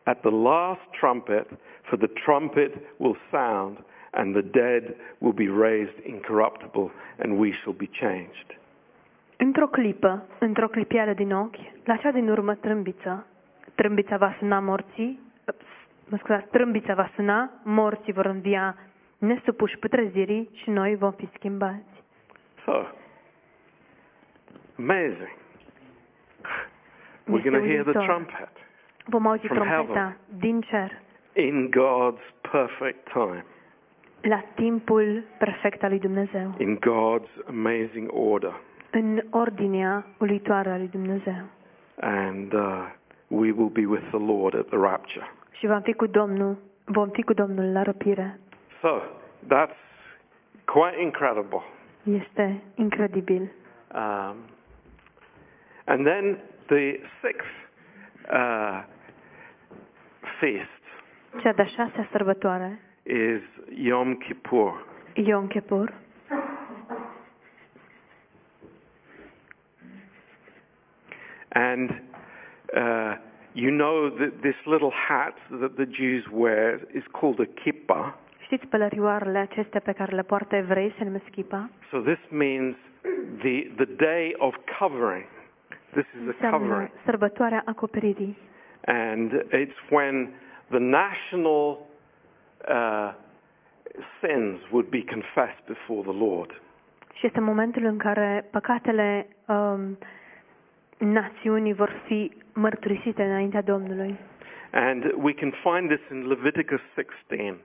Speaker 1: at the last trumpet, for the trumpet will sound, and the dead will be raised incorruptible, and we shall be changed.
Speaker 2: Într-o clipă, într-o clipiară din ochi, la cea din urmă trâmbiță, trâmbița va suna morții, ups, mă scuzați, trâmbița va suna, morții vor învia nesupuși putrezirii și noi vom fi schimbați.
Speaker 1: So, amazing. We're
Speaker 2: Este
Speaker 1: going to hear the
Speaker 2: uimitor.
Speaker 1: trumpet
Speaker 2: Vom auzi
Speaker 1: From heaven.
Speaker 2: trompeta din cer
Speaker 1: in God's perfect time,
Speaker 2: la timpul perfect al lui Dumnezeu,
Speaker 1: in God's amazing order.
Speaker 2: în ordinea uluitoare a lui Dumnezeu.
Speaker 1: And uh, we will be with the Lord at the rapture.
Speaker 2: Și vom fi cu Domnul, vom fi cu Domnul la răpire.
Speaker 1: So, that's quite incredible.
Speaker 2: Este incredibil.
Speaker 1: Um, and then the sixth uh, feast
Speaker 2: Cea de-a șasea sărbătoare,
Speaker 1: is Yom Kippur.
Speaker 2: Yom Kippur,
Speaker 1: And uh, you know that this little hat that the Jews wear is called a kippah.
Speaker 2: Știți pălărioarele acestea pe care le poartă evrei, se numesc chipa?
Speaker 1: So this means the, the day of covering. This is a covering.
Speaker 2: Înseamnă sărbătoarea acoperirii.
Speaker 1: And it's when the national uh, sins would be confessed before the Lord.
Speaker 2: Și este momentul în care păcatele um, națiunii vor fi mărturisite înaintea Domnului.
Speaker 1: And we can find this in Leviticus 16,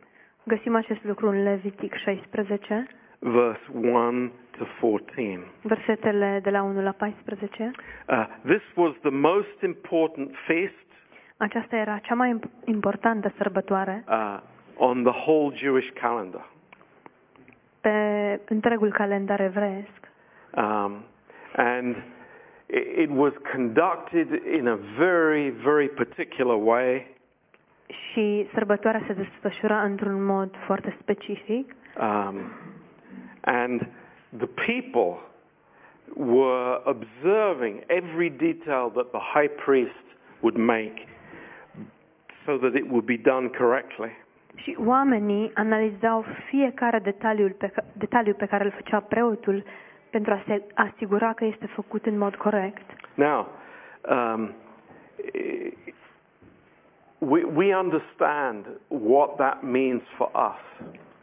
Speaker 2: Găsim acest lucru în Levitic 16,
Speaker 1: verse 1 to 14.
Speaker 2: versetele de la 1 la 14.
Speaker 1: Uh, this was the most important feast
Speaker 2: Aceasta era cea mai imp- importantă sărbătoare
Speaker 1: uh, on the whole Jewish calendar.
Speaker 2: pe întregul calendar evreiesc
Speaker 1: Um, and it, it was conducted in a very, very particular way.
Speaker 2: și sărbătoarea se desfășura într-un mod foarte specific
Speaker 1: Um, and the people were observing every detail that the high priest would make so that it would be done correctly.
Speaker 2: și oamenii analizau fiecare detaliu pe, ca- detaliu pe care îl făcea preotul pentru a se asigura că este făcut în mod corect.
Speaker 1: Now, um, eh, we, we understand what that means for us,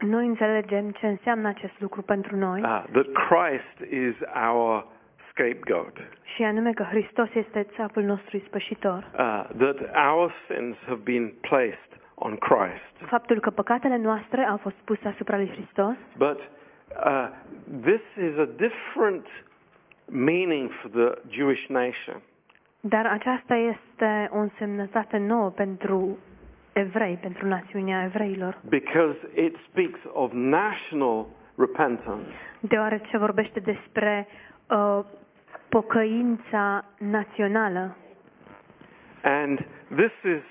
Speaker 2: Noi înțelegem ce înseamnă acest lucru pentru noi
Speaker 1: uh, that Christ is our scapegoat,
Speaker 2: și anume că Hristos este țapul nostru ispășitor.
Speaker 1: uh, that our sins have been placed on Christ.
Speaker 2: Faptul că păcatele noastre au fost puse asupra lui Hristos,
Speaker 1: But uh, this is a different meaning for the Jewish nation.
Speaker 2: dar aceasta este o însemnătate nouă pentru evrei, pentru națiunea evreilor,
Speaker 1: Because it speaks of national repentance
Speaker 2: deoarece vorbește despre uh, pocăința națională.
Speaker 1: And this is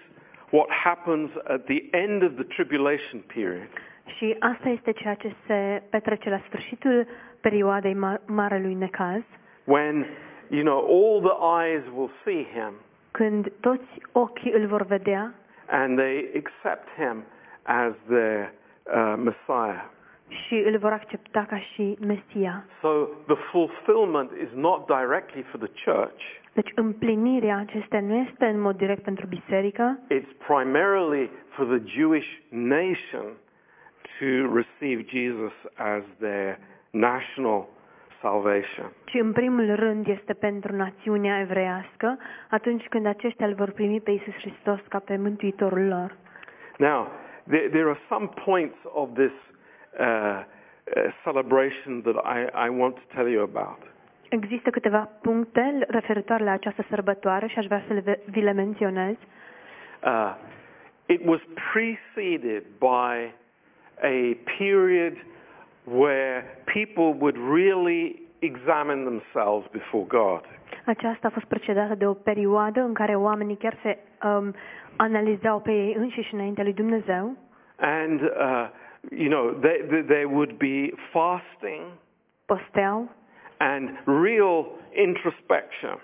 Speaker 1: what happens at the end of the tribulation period.
Speaker 2: Și asta este ceea ce se petrece la sfârșitul perioadei ma- Marelui Necaz,
Speaker 1: When, you know, all the eyes will see him
Speaker 2: când toți ochii îl vor vedea
Speaker 1: and they accept him as their uh, Messiah.
Speaker 2: și îl vor accepta ca și Mesia.
Speaker 1: So the fulfillment is not directly for the church.
Speaker 2: Deci împlinirea acestea nu este în mod direct pentru biserică,
Speaker 1: It's primarily for the Jewish nation to receive Jesus as their national salvation.
Speaker 2: ci în primul rând este pentru națiunea evreiască, atunci când aceștia îl vor primi pe Iisus Hristos ca pe mântuitorul lor.
Speaker 1: Now, there, there are some points of this uh, uh, celebration that I, I want to tell you about.
Speaker 2: Există câteva puncte referitoare la această sărbătoare și aș vrea să le, ve- vi le menționez.
Speaker 1: Uh, it was preceded by a period where people would really examine themselves before God.
Speaker 2: Aceasta a fost precedată de o perioadă în care oamenii chiar se um, analizau pe ei înșiși înaintea lui Dumnezeu
Speaker 1: And, uh, you know, there, there- there would be fasting
Speaker 2: posteau
Speaker 1: and real introspection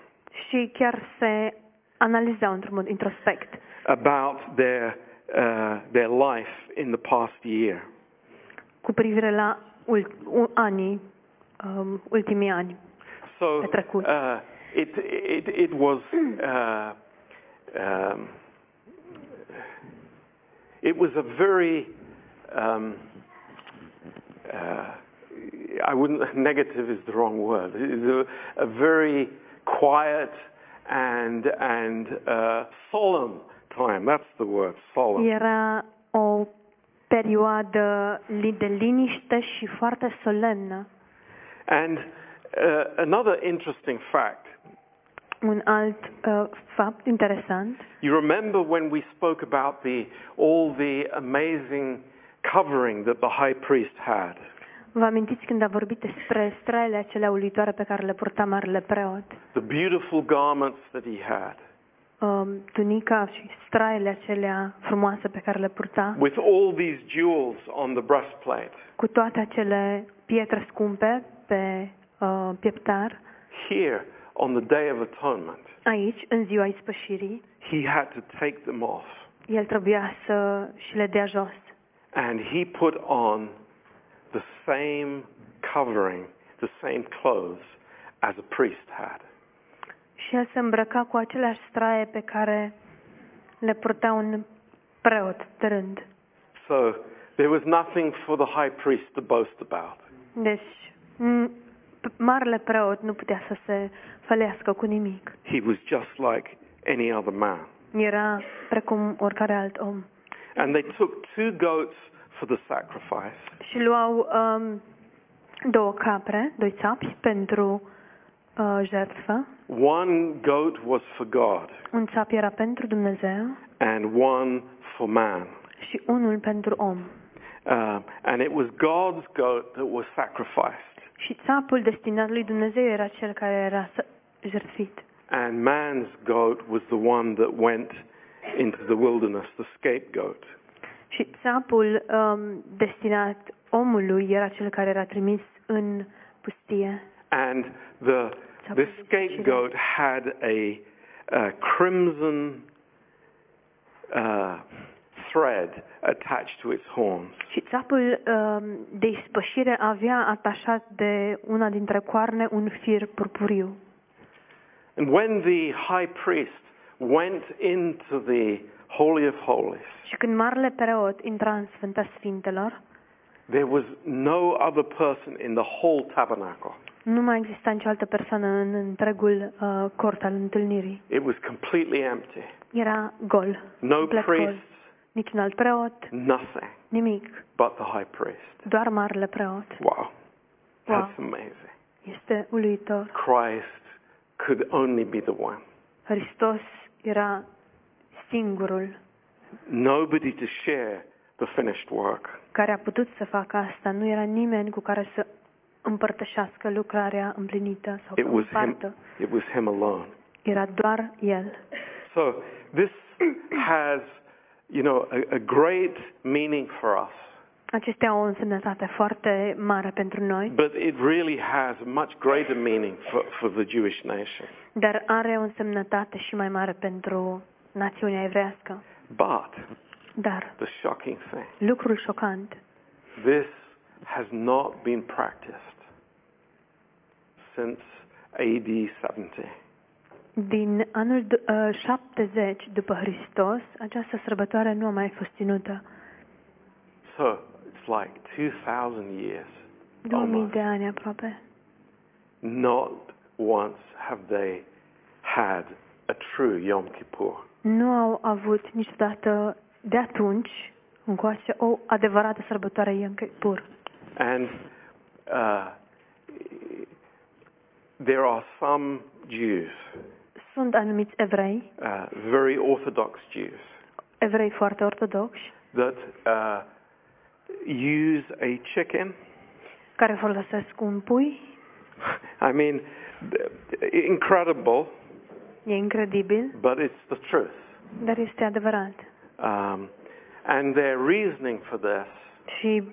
Speaker 2: și chiar se analizau într-un mod introspect
Speaker 1: about their, uh, their life in the past year.
Speaker 2: cu privire la ul- u- anii, um, ultimii ani.
Speaker 1: So
Speaker 2: Petracut.
Speaker 1: uh, it, it, it was uh, um, it was a very um, uh, I wouldn't [laughs] negative is the wrong word. It is a, a very quiet and and uh, solemn time. That's the word solemn.
Speaker 2: Era o perioadă li- de liniște și foarte solemnă.
Speaker 1: And uh, another interesting fact.
Speaker 2: Un alt uh, fapt interesant
Speaker 1: You remember when we spoke about the, all the amazing covering that the high priest had?
Speaker 2: Vă amintiți când a vorbit despre straile acelea ulitoare pe care le purta marele preot?
Speaker 1: The beautiful garments that he had
Speaker 2: Um, tunica și straile acelea frumoase pe care le purta,
Speaker 1: with all these jewels on the breastplate.
Speaker 2: cu toate acele pietre scumpe pe uh, pieptar,
Speaker 1: Here, on the Day of Atonement,
Speaker 2: aici, în ziua ispășirii,
Speaker 1: he had to take them off
Speaker 2: el trebuia să și le dea jos.
Speaker 1: and he put on the same covering, the same clothes as a priest had.
Speaker 2: Și el se îmbrăca cu aceleași straie pe care le purta un preot târând.
Speaker 1: So there was nothing for the high priest to boast about.
Speaker 2: Deci, m- p- marele preot nu putea să se fălească cu nimic.
Speaker 1: He was just like any other man.
Speaker 2: Era precum oricare alt om.
Speaker 1: And they took two goats for the sacrifice.
Speaker 2: Și luau um, două capre, doi țapi pentru uh, jertfă.
Speaker 1: One goat was for God
Speaker 2: Un țap era pentru Dumnezeu
Speaker 1: and one for man.
Speaker 2: și unul pentru om.
Speaker 1: Um, and it was God's goat that was sacrificed,
Speaker 2: Și țapul destinat lui Dumnezeu era cel care era să- jertfit.
Speaker 1: and man's goat was the one that went into the wilderness, the scapegoat.
Speaker 2: Și țapul um, destinat omului era cel care era trimis în pustie.
Speaker 1: And the the scapegoat had a, a crimson uh, thread attached to its horns.
Speaker 2: Și țapul um, de ispășire avea atașat de una dintre coarne un fir purpuriu.
Speaker 1: And when the high priest went into the Holy of Holies,
Speaker 2: Și când marele preot intra în Sfânta Sfintelor,
Speaker 1: there was no other person in the whole tabernacle.
Speaker 2: nu mai exista nicio altă persoană în întregul uh, cort al întâlnirii.
Speaker 1: It was completely empty.
Speaker 2: Era gol.
Speaker 1: No
Speaker 2: complet
Speaker 1: priests,
Speaker 2: gol. Niciun alt preot,
Speaker 1: nothing
Speaker 2: nimic.
Speaker 1: but the high priest.
Speaker 2: Doar marele preot.
Speaker 1: Wow.
Speaker 2: Wow.
Speaker 1: That's amazing.
Speaker 2: Este uluitor.
Speaker 1: Christ could only be the one.
Speaker 2: Hristos era singurul
Speaker 1: Nobody to share the finished work.
Speaker 2: care a putut să facă asta. Nu era nimeni cu care să împărtășească lucrarea împlinită sau
Speaker 1: It
Speaker 2: să
Speaker 1: was him.
Speaker 2: împartă.
Speaker 1: It was him alone.
Speaker 2: Era doar El.
Speaker 1: So this [clears throat] has, you know, a, a great meaning for us,
Speaker 2: Acestea au o însemnătate foarte mare pentru noi,
Speaker 1: but it really has much greater meaning for, for the Jewish nation.
Speaker 2: dar are o însemnătate și mai mare pentru națiunea evrească.
Speaker 1: But
Speaker 2: Dar
Speaker 1: the shocking thing,
Speaker 2: lucrul șocant
Speaker 1: this has not been practiced since AD 70.
Speaker 2: Din anul d- uh, 70 după Hristos, această sărbătoare nu a mai fost ținută.
Speaker 1: So it's like 2,000 years
Speaker 2: 2000
Speaker 1: almost.
Speaker 2: de ani aproape.
Speaker 1: Not once have they had a true Yom Kippur.
Speaker 2: Nu au avut niciodată de atunci încoace o adevărată sărbătoare Yom Kippur.
Speaker 1: And uh, there are some Jews,
Speaker 2: Sunt anumiți evrei,
Speaker 1: uh, very Orthodox Jews,
Speaker 2: evrei foarte ortodoxi,
Speaker 1: that uh, use a chicken. [laughs]
Speaker 2: care folosesc un pui.
Speaker 1: I mean, th- incredible,
Speaker 2: E incredibil,
Speaker 1: but it's the truth.
Speaker 2: dar este adevărat.
Speaker 1: Um, and their reasoning for this
Speaker 2: Și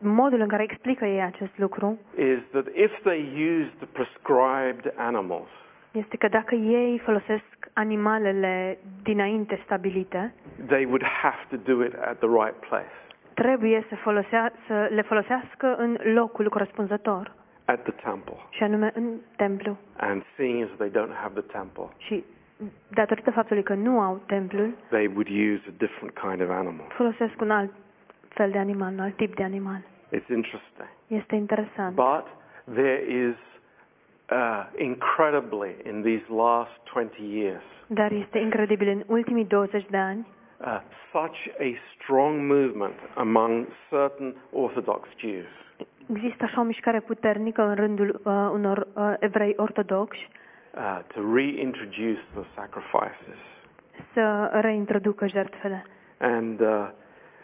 Speaker 2: modul în care explică ei acest lucru
Speaker 1: is that if they use the prescribed animals,
Speaker 2: este că dacă ei folosesc animalele dinainte stabilite,
Speaker 1: they would have to do it at the right place,
Speaker 2: trebuie să, folosea, să le folosească în locul corespunzător,
Speaker 1: at the temple.
Speaker 2: și anume în templu.
Speaker 1: And seeing as they don't have the temple,
Speaker 2: Și datorită faptului că nu au templul,
Speaker 1: they would use a different kind of animal.
Speaker 2: folosesc un alt fel de animal, un alt tip de animal.
Speaker 1: It's interesting.
Speaker 2: Este interesant.
Speaker 1: But there is, uh, incredibly, in these last 20 years,
Speaker 2: Dar este incredibil, în ultimii 20 de ani
Speaker 1: uh, such a strong movement among certain Orthodox Jews
Speaker 2: există așa o mișcare puternică în rândul uh, unor uh, evrei ortodoxi
Speaker 1: uh, to reintroduce the sacrifices.
Speaker 2: să reintroducă jertfele.
Speaker 1: And uh,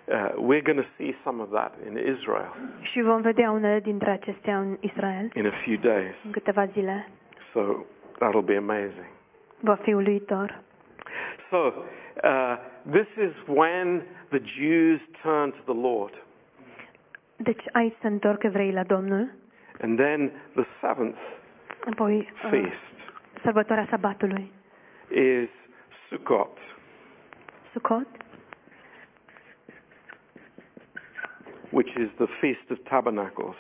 Speaker 1: uh, we're going to see some of that in Israel
Speaker 2: Și vom vedea unele dintre acestea în Israel
Speaker 1: in a few days.
Speaker 2: în câteva zile.
Speaker 1: So that'll be amazing.
Speaker 2: Va fi uluitor.
Speaker 1: So uh, this is when the Jews turn to the Lord.
Speaker 2: Deci aici se întorc evreii la Domnul.
Speaker 1: And then the seventh
Speaker 2: Apoi, uh,
Speaker 1: feast
Speaker 2: sărbătoarea sabatului,
Speaker 1: is Sukkot.
Speaker 2: Sucot,
Speaker 1: Which is the Feast of Tabernacles.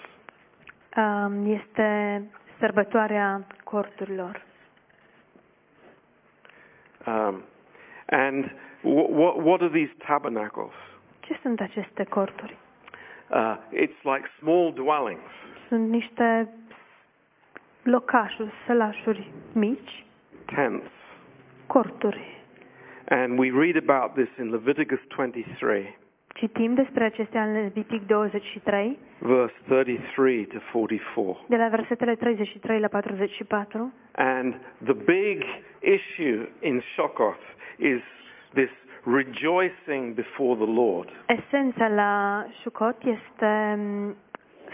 Speaker 2: um, este sărbătoarea corturilor.
Speaker 1: Um, and w- w- what are these tabernacles?
Speaker 2: Ce sunt aceste corturi?
Speaker 1: Uh, it's like small dwellings.
Speaker 2: Sunt niște locașuri, sălașuri mici,
Speaker 1: tents,
Speaker 2: corturi.
Speaker 1: And we read about this in Leviticus 23,
Speaker 2: Citim despre acestea în Levitic 23,
Speaker 1: verse 33 to 44.
Speaker 2: de la versetele 33 la 44.
Speaker 1: And the big issue in Shokoth is this rejoicing before the Lord.
Speaker 2: Esența la Sucot este m,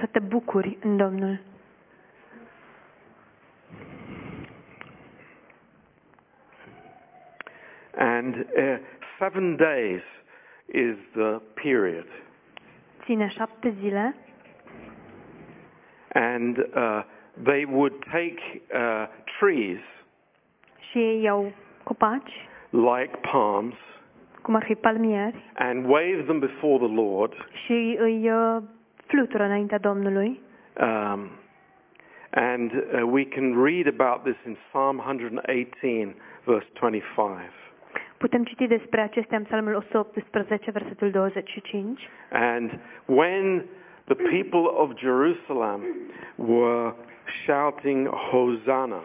Speaker 2: să te bucuri în Domnul.
Speaker 1: And uh, seven days is the period.
Speaker 2: Ține șapte zile
Speaker 1: And uh, they would take uh, trees
Speaker 2: și ei iau copaci,
Speaker 1: like palms
Speaker 2: cum ar fi palmieri,
Speaker 1: and wave them before the Lord.
Speaker 2: și îi uh, flutură înaintea Domnului.
Speaker 1: Um, and uh, we can read about this in Psalm 118, verse 25.
Speaker 2: Putem citi despre acestea în Psalmul 118, versetul 25.
Speaker 1: And when the people of Jerusalem were shouting Hosanna,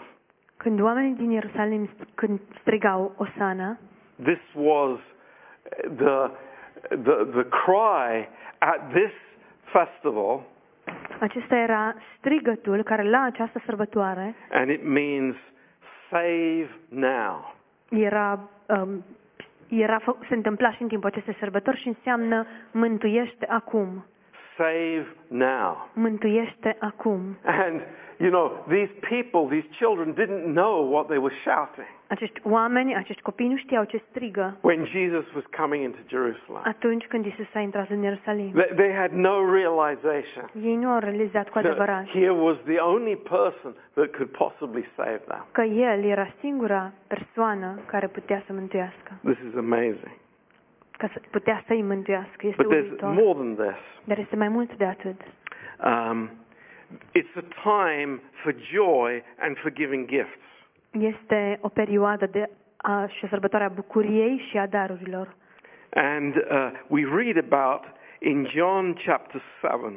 Speaker 2: Când oamenii din Ierusalim st- când strigau Osana,
Speaker 1: this was the, the, the cry at this festival,
Speaker 2: acesta era strigătul care la această sărbătoare
Speaker 1: and it means save now.
Speaker 2: era, um, era, fă- se întâmpla și în timpul acestei sărbători și înseamnă mântuiește acum,
Speaker 1: Save now.
Speaker 2: mântuiește acum.
Speaker 1: And, you know, these people, these children didn't know what they were shouting
Speaker 2: Acești oameni, acești copii nu știau ce strigă
Speaker 1: when Jesus was coming into Jerusalem.
Speaker 2: atunci când Isus a intrat în Ierusalim.
Speaker 1: They, they had no realization
Speaker 2: Ei nu au realizat cu
Speaker 1: that
Speaker 2: adevărat
Speaker 1: here was the only person that could possibly save them.
Speaker 2: că El era singura persoană care putea să mântuiască,
Speaker 1: This is amazing.
Speaker 2: că să putea să-i mântuiască. Este
Speaker 1: But there's
Speaker 2: uluitor,
Speaker 1: more than this.
Speaker 2: dar este mai mult de atât.
Speaker 1: Um, it's a time for joy and for giving gifts.
Speaker 2: Este o perioadă de a, și o sărbătoare a bucuriei și a darurilor.
Speaker 1: And uh, we read about in John chapter 7,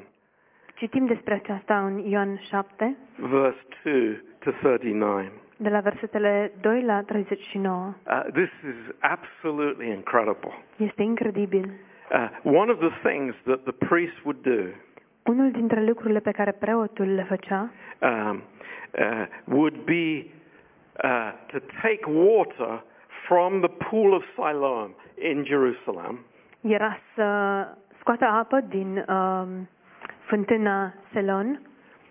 Speaker 2: Citim despre aceasta în Ioan 7,
Speaker 1: verse 2 to 39.
Speaker 2: de la versetele 2 la 39.
Speaker 1: Uh, this is absolutely incredible.
Speaker 2: Este incredibil.
Speaker 1: Uh, one of the things that the priests would do
Speaker 2: Unul dintre lucrurile pe care preotul le făcea
Speaker 1: um, uh, would be uh, to take water from the pool of Siloam in Jerusalem
Speaker 2: era să scoată apă din um, fântâna Selon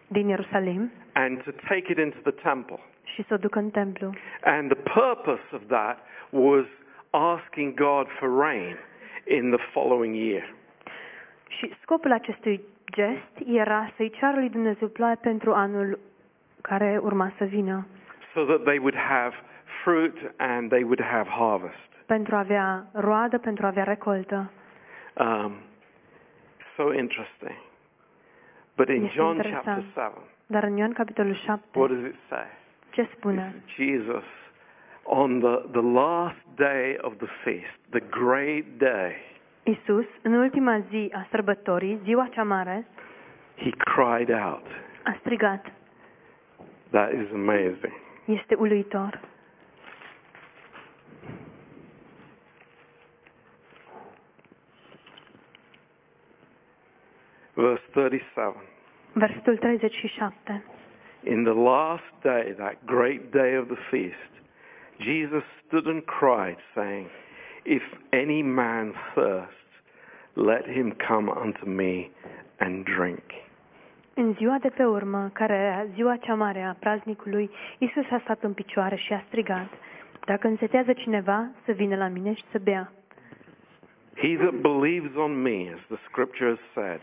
Speaker 2: din Ierusalim
Speaker 1: and to take it into the temple.
Speaker 2: și să o ducă în templu.
Speaker 1: And the purpose of that was asking God for rain in the following year.
Speaker 2: Și scopul acestui gest era să-i ceară lui Dumnezeu ploaie pentru anul care urma să vină,
Speaker 1: so that they would have fruit and they would have harvest.
Speaker 2: pentru a avea roadă, pentru a avea recoltă.
Speaker 1: Um, so interesting. But in
Speaker 2: Yes,
Speaker 1: John
Speaker 2: interesting.
Speaker 1: chapter 7,
Speaker 2: Dar în Ioan capitolul 7,
Speaker 1: what does it say?
Speaker 2: ce spune?
Speaker 1: It's Jesus on the, the last day of the feast, the great day,
Speaker 2: Isus, în ultima zi a sărbătorii, ziua cea mare,
Speaker 1: he cried out.
Speaker 2: a strigat.
Speaker 1: That is amazing.
Speaker 2: Este uluitor.
Speaker 1: Verse 37.
Speaker 2: Versetul 37.
Speaker 1: In the last day, that great day of the feast, Jesus stood and cried, saying, If any man thirst, let him come unto me and drink.
Speaker 2: În ziua de pe urmă, care era ziua cea mare a praznicului, Isus a stat în picioare și a strigat, Dacă însetează cineva, să vină la mine și să bea.
Speaker 1: He that believes on me, as the scripture has said,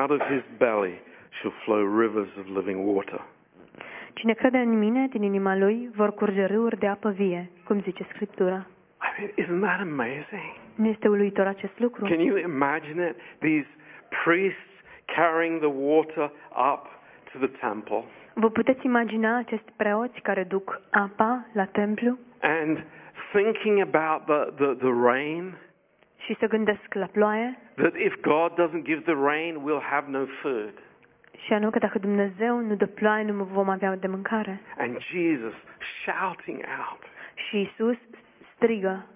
Speaker 1: out of his belly shall flow rivers of living water.
Speaker 2: Cine crede în mine, din inima lui, vor curge râuri de apă vie, cum zice Scriptura.
Speaker 1: I mean, isn't that amazing?
Speaker 2: Nu este uluitor acest lucru?
Speaker 1: Can you imagine it? These priests carrying the water up to the temple.
Speaker 2: Vă puteți imagina acești preoți care duc apa la templu
Speaker 1: and thinking about the, the, the rain,
Speaker 2: și se gândesc la ploaie?
Speaker 1: that if God doesn't give the rain, we'll have no food.
Speaker 2: Și anume că dacă Dumnezeu nu dă ploaie, nu vom avea de mâncare.
Speaker 1: And Jesus shouting out,
Speaker 2: Și Isus strigă,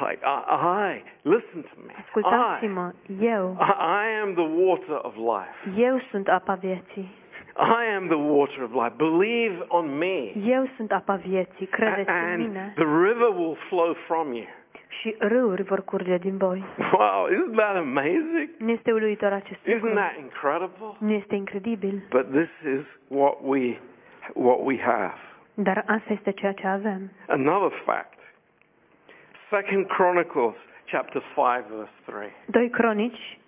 Speaker 1: like, I, I listen to me. I,
Speaker 2: Ascultați-mă, eu,
Speaker 1: I am the water of life.
Speaker 2: eu sunt apa vieții.
Speaker 1: I am the water of life. Believe on me.
Speaker 2: Eu sunt apa vieții,
Speaker 1: a-
Speaker 2: credeți în
Speaker 1: And
Speaker 2: mine
Speaker 1: the river will flow from you.
Speaker 2: și râuri vor curge din voi.
Speaker 1: Wow, isn't that amazing?
Speaker 2: Nu este uluitor acest lucru?
Speaker 1: Isn't that incredible?
Speaker 2: Nu este incredibil?
Speaker 1: But this is what we, what we have.
Speaker 2: Dar asta este ceea ce avem.
Speaker 1: Another fact. Second Chronicles chapter 5 verse 3.
Speaker 2: 2 Cronici,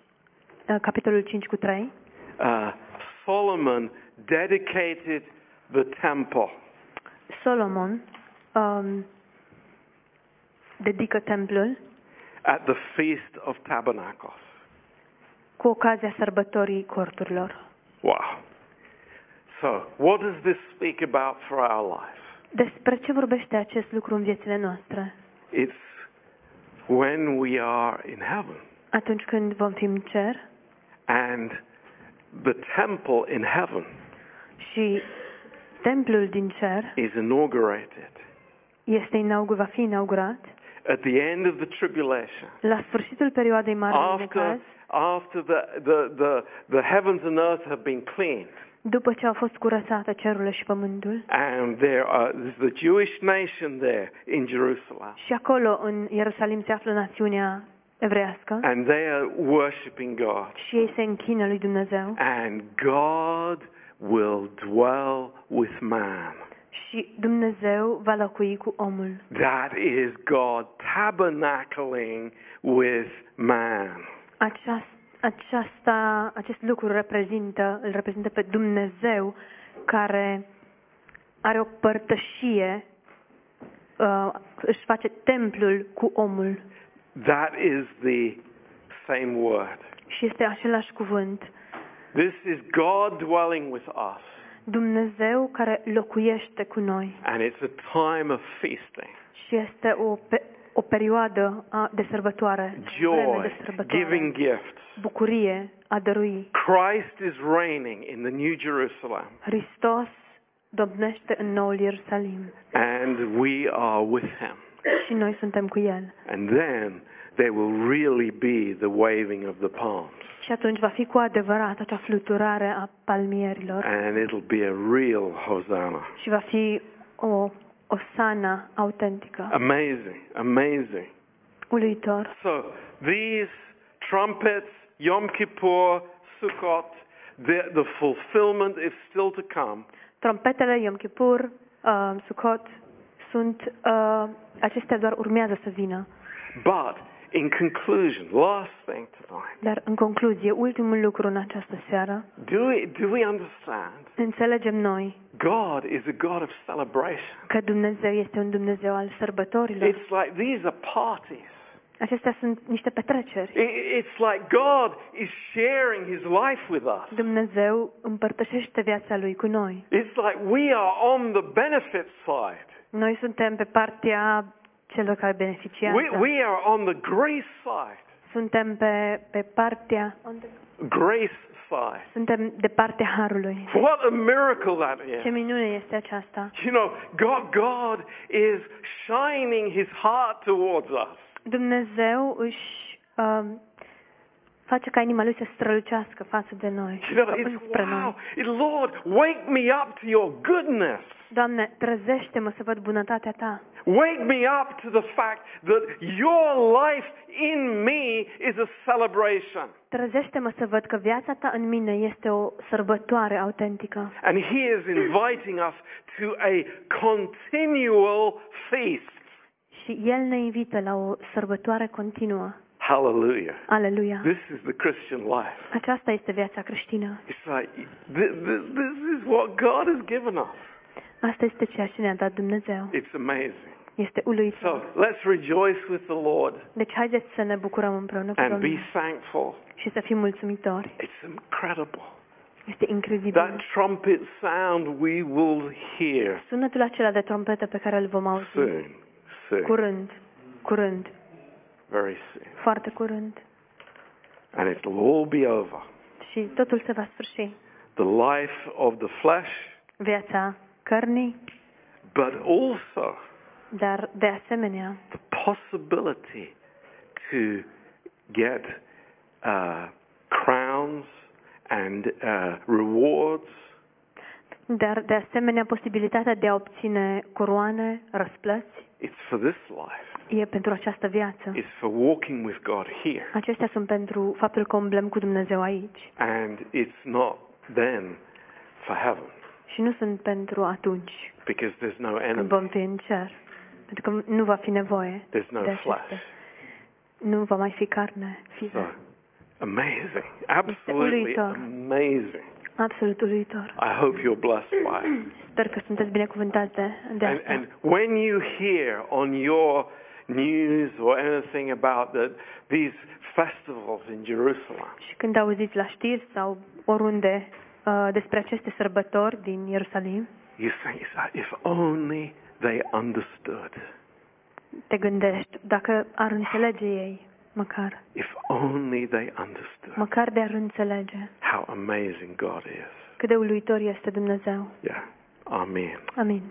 Speaker 2: uh, capitolul 5 cu 3.
Speaker 1: Uh, Solomon dedicated the temple.
Speaker 2: Solomon um, dedică templul
Speaker 1: at the Feast of Tabernacles.
Speaker 2: cu ocazia sărbătorii corturilor.
Speaker 1: Wow. So, what does this speak about for our life?
Speaker 2: Despre ce vorbește acest lucru în viețile noastre?
Speaker 1: It's when we are in heaven
Speaker 2: Atunci când vom fi în cer
Speaker 1: and the temple in heaven
Speaker 2: și templul din cer
Speaker 1: is inaugurated.
Speaker 2: este inaugur, va fi inaugurat,
Speaker 1: At the end of the tribulation,
Speaker 2: la sfârșitul perioadei mari de caz,
Speaker 1: after, after the, the, the, the heavens and earth have been cleaned,
Speaker 2: după ce au fost curățate cerurile și pământul,
Speaker 1: and there are, there's the Jewish nation there in Jerusalem,
Speaker 2: și acolo în Ierusalim se află națiunea evrească
Speaker 1: and they are worshiping God.
Speaker 2: și ei se închină lui Dumnezeu
Speaker 1: And God will dwell with man.
Speaker 2: și Dumnezeu va locui cu omul.
Speaker 1: That is God tabernacling with man.
Speaker 2: Aceast, aceasta, acest lucru reprezintă, îl reprezintă pe Dumnezeu care are o părtășie, uh, își face templul cu omul
Speaker 1: That is the same word.
Speaker 2: și este același cuvânt.
Speaker 1: This is God dwelling with us.
Speaker 2: Dumnezeu care locuiește cu noi
Speaker 1: And it's a time of feasting,
Speaker 2: și este o, pe, o perioadă a, de sărbătoare,
Speaker 1: joy,
Speaker 2: vreme de sărbătoare,
Speaker 1: giving gifts.
Speaker 2: bucurie a dărui.
Speaker 1: Christ is reigning in the New Jerusalem,
Speaker 2: Hristos domnește în noul Ierusalim
Speaker 1: and we are with him.
Speaker 2: și noi suntem cu El.
Speaker 1: And then there will really be the waving of the palms.
Speaker 2: Și atunci va fi cu adevărat acea fluturare a palmierilor
Speaker 1: and it'll be a real hosanna.
Speaker 2: și va fi o osana autentică,
Speaker 1: Amazing, amazing.
Speaker 2: uluitor.
Speaker 1: So these trumpets, Yom Kippur, Sukkot, the, the fulfillment is still to come,
Speaker 2: Trompetele, Yom Kippur, uh, Sukkot, sunt, uh, acestea doar urmează să vină.
Speaker 1: but in conclusion, last thing tonight,
Speaker 2: Dar în concluzie, ultimul lucru în această seară,
Speaker 1: do we, do we understand
Speaker 2: înțelegem noi
Speaker 1: God is a God of celebration?
Speaker 2: că Dumnezeu este un Dumnezeu al sărbătorilor.
Speaker 1: It's like these are parties.
Speaker 2: Acestea sunt niște petreceri.
Speaker 1: It, it's like God is sharing his life with us.
Speaker 2: Dumnezeu împărtășește viața Lui cu noi.
Speaker 1: It's like we are on the benefit side.
Speaker 2: Noi suntem pe partea celor care beneficiază.
Speaker 1: We, we are on the grace side.
Speaker 2: Suntem pe, pe partea,
Speaker 1: Grace side.
Speaker 2: suntem de partea harului.
Speaker 1: What a miracle that
Speaker 2: Ce
Speaker 1: is.
Speaker 2: minune este aceasta!
Speaker 1: You know, God, God is shining his heart towards us.
Speaker 2: Dumnezeu își um, face ca inima lui să strălucească față de noi,
Speaker 1: You know, it's
Speaker 2: înspre
Speaker 1: wow.
Speaker 2: noi.
Speaker 1: Lord, wake me up to your goodness.
Speaker 2: Doamne, trezește-mă să văd bunătatea Ta.
Speaker 1: Wake me up to the fact that your life in me is a celebration.
Speaker 2: Trezește-mă să văd că viața Ta în mine este o sărbătoare autentică.
Speaker 1: And he is inviting us to a continual feast.
Speaker 2: Și El ne invită la o sărbătoare continuă.
Speaker 1: Hallelujah.
Speaker 2: Aleluia!
Speaker 1: This is the Christian life.
Speaker 2: Aceasta este viața creștină.
Speaker 1: It's like, th- th- this is what God has given us.
Speaker 2: Asta este ceea ce ne-a dat Dumnezeu.
Speaker 1: It's amazing.
Speaker 2: Este uluitor.
Speaker 1: So let's rejoice with the Lord
Speaker 2: Deci haideți să ne bucurăm împreună cu
Speaker 1: and be
Speaker 2: Domnul
Speaker 1: thankful.
Speaker 2: și să fim mulțumitori.
Speaker 1: It's incredible.
Speaker 2: Este
Speaker 1: That
Speaker 2: incredibil.
Speaker 1: trumpet sound we will hear
Speaker 2: Sunetul acela de trompetă pe care îl vom auzi
Speaker 1: soon. Soon.
Speaker 2: curând, curând,
Speaker 1: Very soon.
Speaker 2: foarte curând
Speaker 1: And it'll all be over.
Speaker 2: și totul se va sfârși.
Speaker 1: The life of the flesh,
Speaker 2: Viața cărnii,
Speaker 1: but also
Speaker 2: dar de asemenea
Speaker 1: the possibility to get uh, crowns and uh, rewards
Speaker 2: dar de asemenea posibilitatea de a obține coroane, răsplăți,
Speaker 1: it's for this life
Speaker 2: e pentru această viață.
Speaker 1: it's for walking with god here
Speaker 2: Acestea sunt pentru faptul că umblăm cu Dumnezeu aici
Speaker 1: and it's not then for heaven
Speaker 2: și nu sunt pentru atunci
Speaker 1: because there's no
Speaker 2: când
Speaker 1: enemy
Speaker 2: vom fi în cer, pentru că nu va fi nevoie
Speaker 1: there's no
Speaker 2: de acestea.
Speaker 1: flesh Da.
Speaker 2: Nu va mai fi carne
Speaker 1: so
Speaker 2: fizică.
Speaker 1: amazing absolutely
Speaker 2: uluitor.
Speaker 1: amazing
Speaker 2: Absolut uluitor.
Speaker 1: i hope you're blessed by it
Speaker 2: Sper că sunteți binecuvântați de, de
Speaker 1: And,
Speaker 2: asta.
Speaker 1: and when you hear on your news or anything about the, these festivals in Jerusalem,
Speaker 2: Și când auziți la știri sau oriunde uh, despre aceste sărbători din Ierusalim,
Speaker 1: you think, "If- if only they understood,
Speaker 2: te gândești, dacă ar înțelege ei, măcar,
Speaker 1: if only they understood
Speaker 2: măcar de ar înțelege
Speaker 1: how amazing God is.
Speaker 2: cât de uluitor este Dumnezeu.
Speaker 1: Yeah. Amen.
Speaker 2: Amin.